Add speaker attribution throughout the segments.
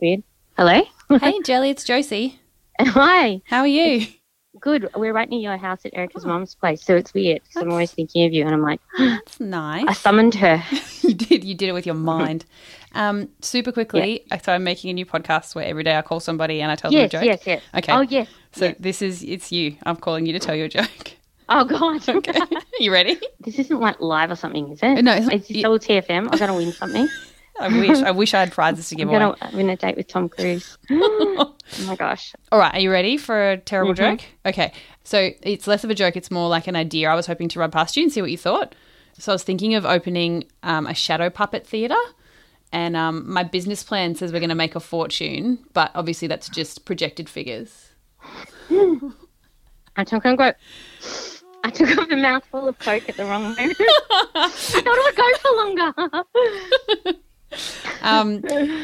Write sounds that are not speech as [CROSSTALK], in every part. Speaker 1: weird. Hello? [LAUGHS]
Speaker 2: hey, Jelly, it's Josie.
Speaker 1: Hi.
Speaker 2: How are you?
Speaker 1: Good. We're right near your house at
Speaker 2: Oh.
Speaker 1: Erica's mum's place, so it's weird 'cause I'm always thinking of you, and I'm like,
Speaker 2: That's
Speaker 1: I
Speaker 2: nice.
Speaker 1: summoned her.
Speaker 2: you did. You did it with your mind. Um, super quickly, so I'm making a new podcast where every day I call somebody and I tell
Speaker 1: yes,
Speaker 2: them a joke.
Speaker 1: yes, yes.
Speaker 2: Okay.
Speaker 1: Oh, yes.
Speaker 2: So
Speaker 1: yes.
Speaker 2: this is it's you. I'm calling you to tell you
Speaker 1: [LAUGHS]
Speaker 2: a joke.
Speaker 1: Oh, God.
Speaker 2: [LAUGHS] Okay. you ready?
Speaker 1: [LAUGHS] This isn't like live or something, is it?
Speaker 2: No, it's not-
Speaker 1: It's just
Speaker 2: you-
Speaker 1: all TFM. I'm going to win
Speaker 2: [LAUGHS]
Speaker 1: something.
Speaker 2: I wish. I wish I had prizes to
Speaker 1: I'm
Speaker 2: give away.
Speaker 1: going to win a date with Tom
Speaker 2: [GASPS]
Speaker 1: Cruise. [GASPS] oh, my gosh.
Speaker 2: All right, are you ready for a terrible
Speaker 1: Mhm.
Speaker 2: joke? Okay, so it's less of a joke, it's more like an idea. I was hoping to run past you and see what you thought. So I was thinking of opening um, a shadow puppet theatre, and um, my business plan says we're going to make a fortune, but obviously that's just projected figures.
Speaker 1: I took, I, got, [GASPS] I took off a mouthful of Coke at the
Speaker 2: [LAUGHS]
Speaker 1: wrong moment. [LAUGHS] I thought I would go for longer.
Speaker 2: Um,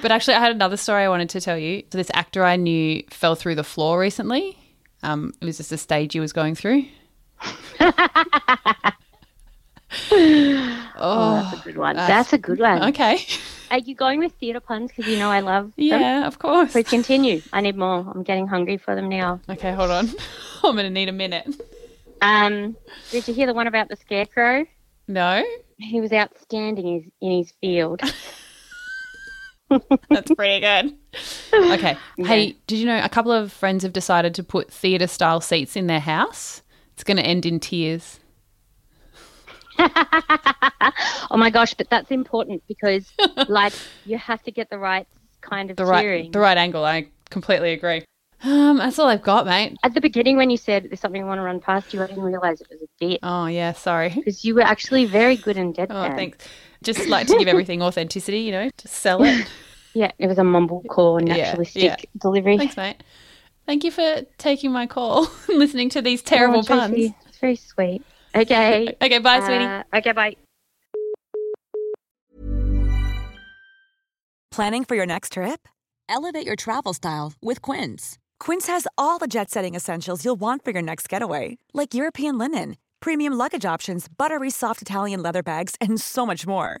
Speaker 2: but actually, I had another story I wanted to tell you. So this actor I knew fell through the floor recently. Um, it was just a stage he was going through.
Speaker 1: Oh,
Speaker 2: oh,
Speaker 1: that's a good one.
Speaker 2: that's-
Speaker 1: That's, a good one.
Speaker 2: okay.
Speaker 1: Are you going with theatre puns? Because you know I love them.
Speaker 2: Yeah, of course.
Speaker 1: Please continue. I need more. I'm getting hungry for them now.
Speaker 2: Okay, hold on. [LAUGHS] I'm gonna need a minute.
Speaker 1: Um, did you hear the one about the scarecrow?
Speaker 2: No,
Speaker 1: He was outstanding in his, in his field. [LAUGHS]
Speaker 2: that's pretty good. Okay. Hey, did you know a couple of friends have decided to put theatre style seats in their house? It's gonna end in tears.
Speaker 1: oh my gosh, but that's important
Speaker 2: [LAUGHS]
Speaker 1: because like you have to get the right kind of
Speaker 2: The right,
Speaker 1: cheering.
Speaker 2: the right angle. I completely agree. Um, that's all I've got, mate.
Speaker 1: At the beginning when you said there's something I want to run past you, I didn't realise it was a bit.
Speaker 2: Oh
Speaker 1: [LAUGHS]
Speaker 2: yeah, sorry.
Speaker 1: Because you were actually very good in deadpan.
Speaker 2: Oh, thanks. Just like to give everything [LAUGHS] authenticity, you know, just sell it.
Speaker 1: Yeah, it was a mumblecore
Speaker 2: Yeah,
Speaker 1: naturalistic
Speaker 2: yeah.
Speaker 1: delivery.
Speaker 2: Thanks, mate. Thank you for taking my call [LAUGHS] and listening to these
Speaker 1: Oh,
Speaker 2: terrible
Speaker 1: Tracy,
Speaker 2: puns.
Speaker 1: It's very sweet. Okay.
Speaker 2: Okay, [LAUGHS] bye, sweetie.
Speaker 1: Uh, okay, bye.
Speaker 3: Planning for your next trip? Elevate your travel style with Quince. Quince has all the jet setting essentials you'll want for your next getaway, like European linen, premium luggage options, buttery soft Italian leather bags, and so much more.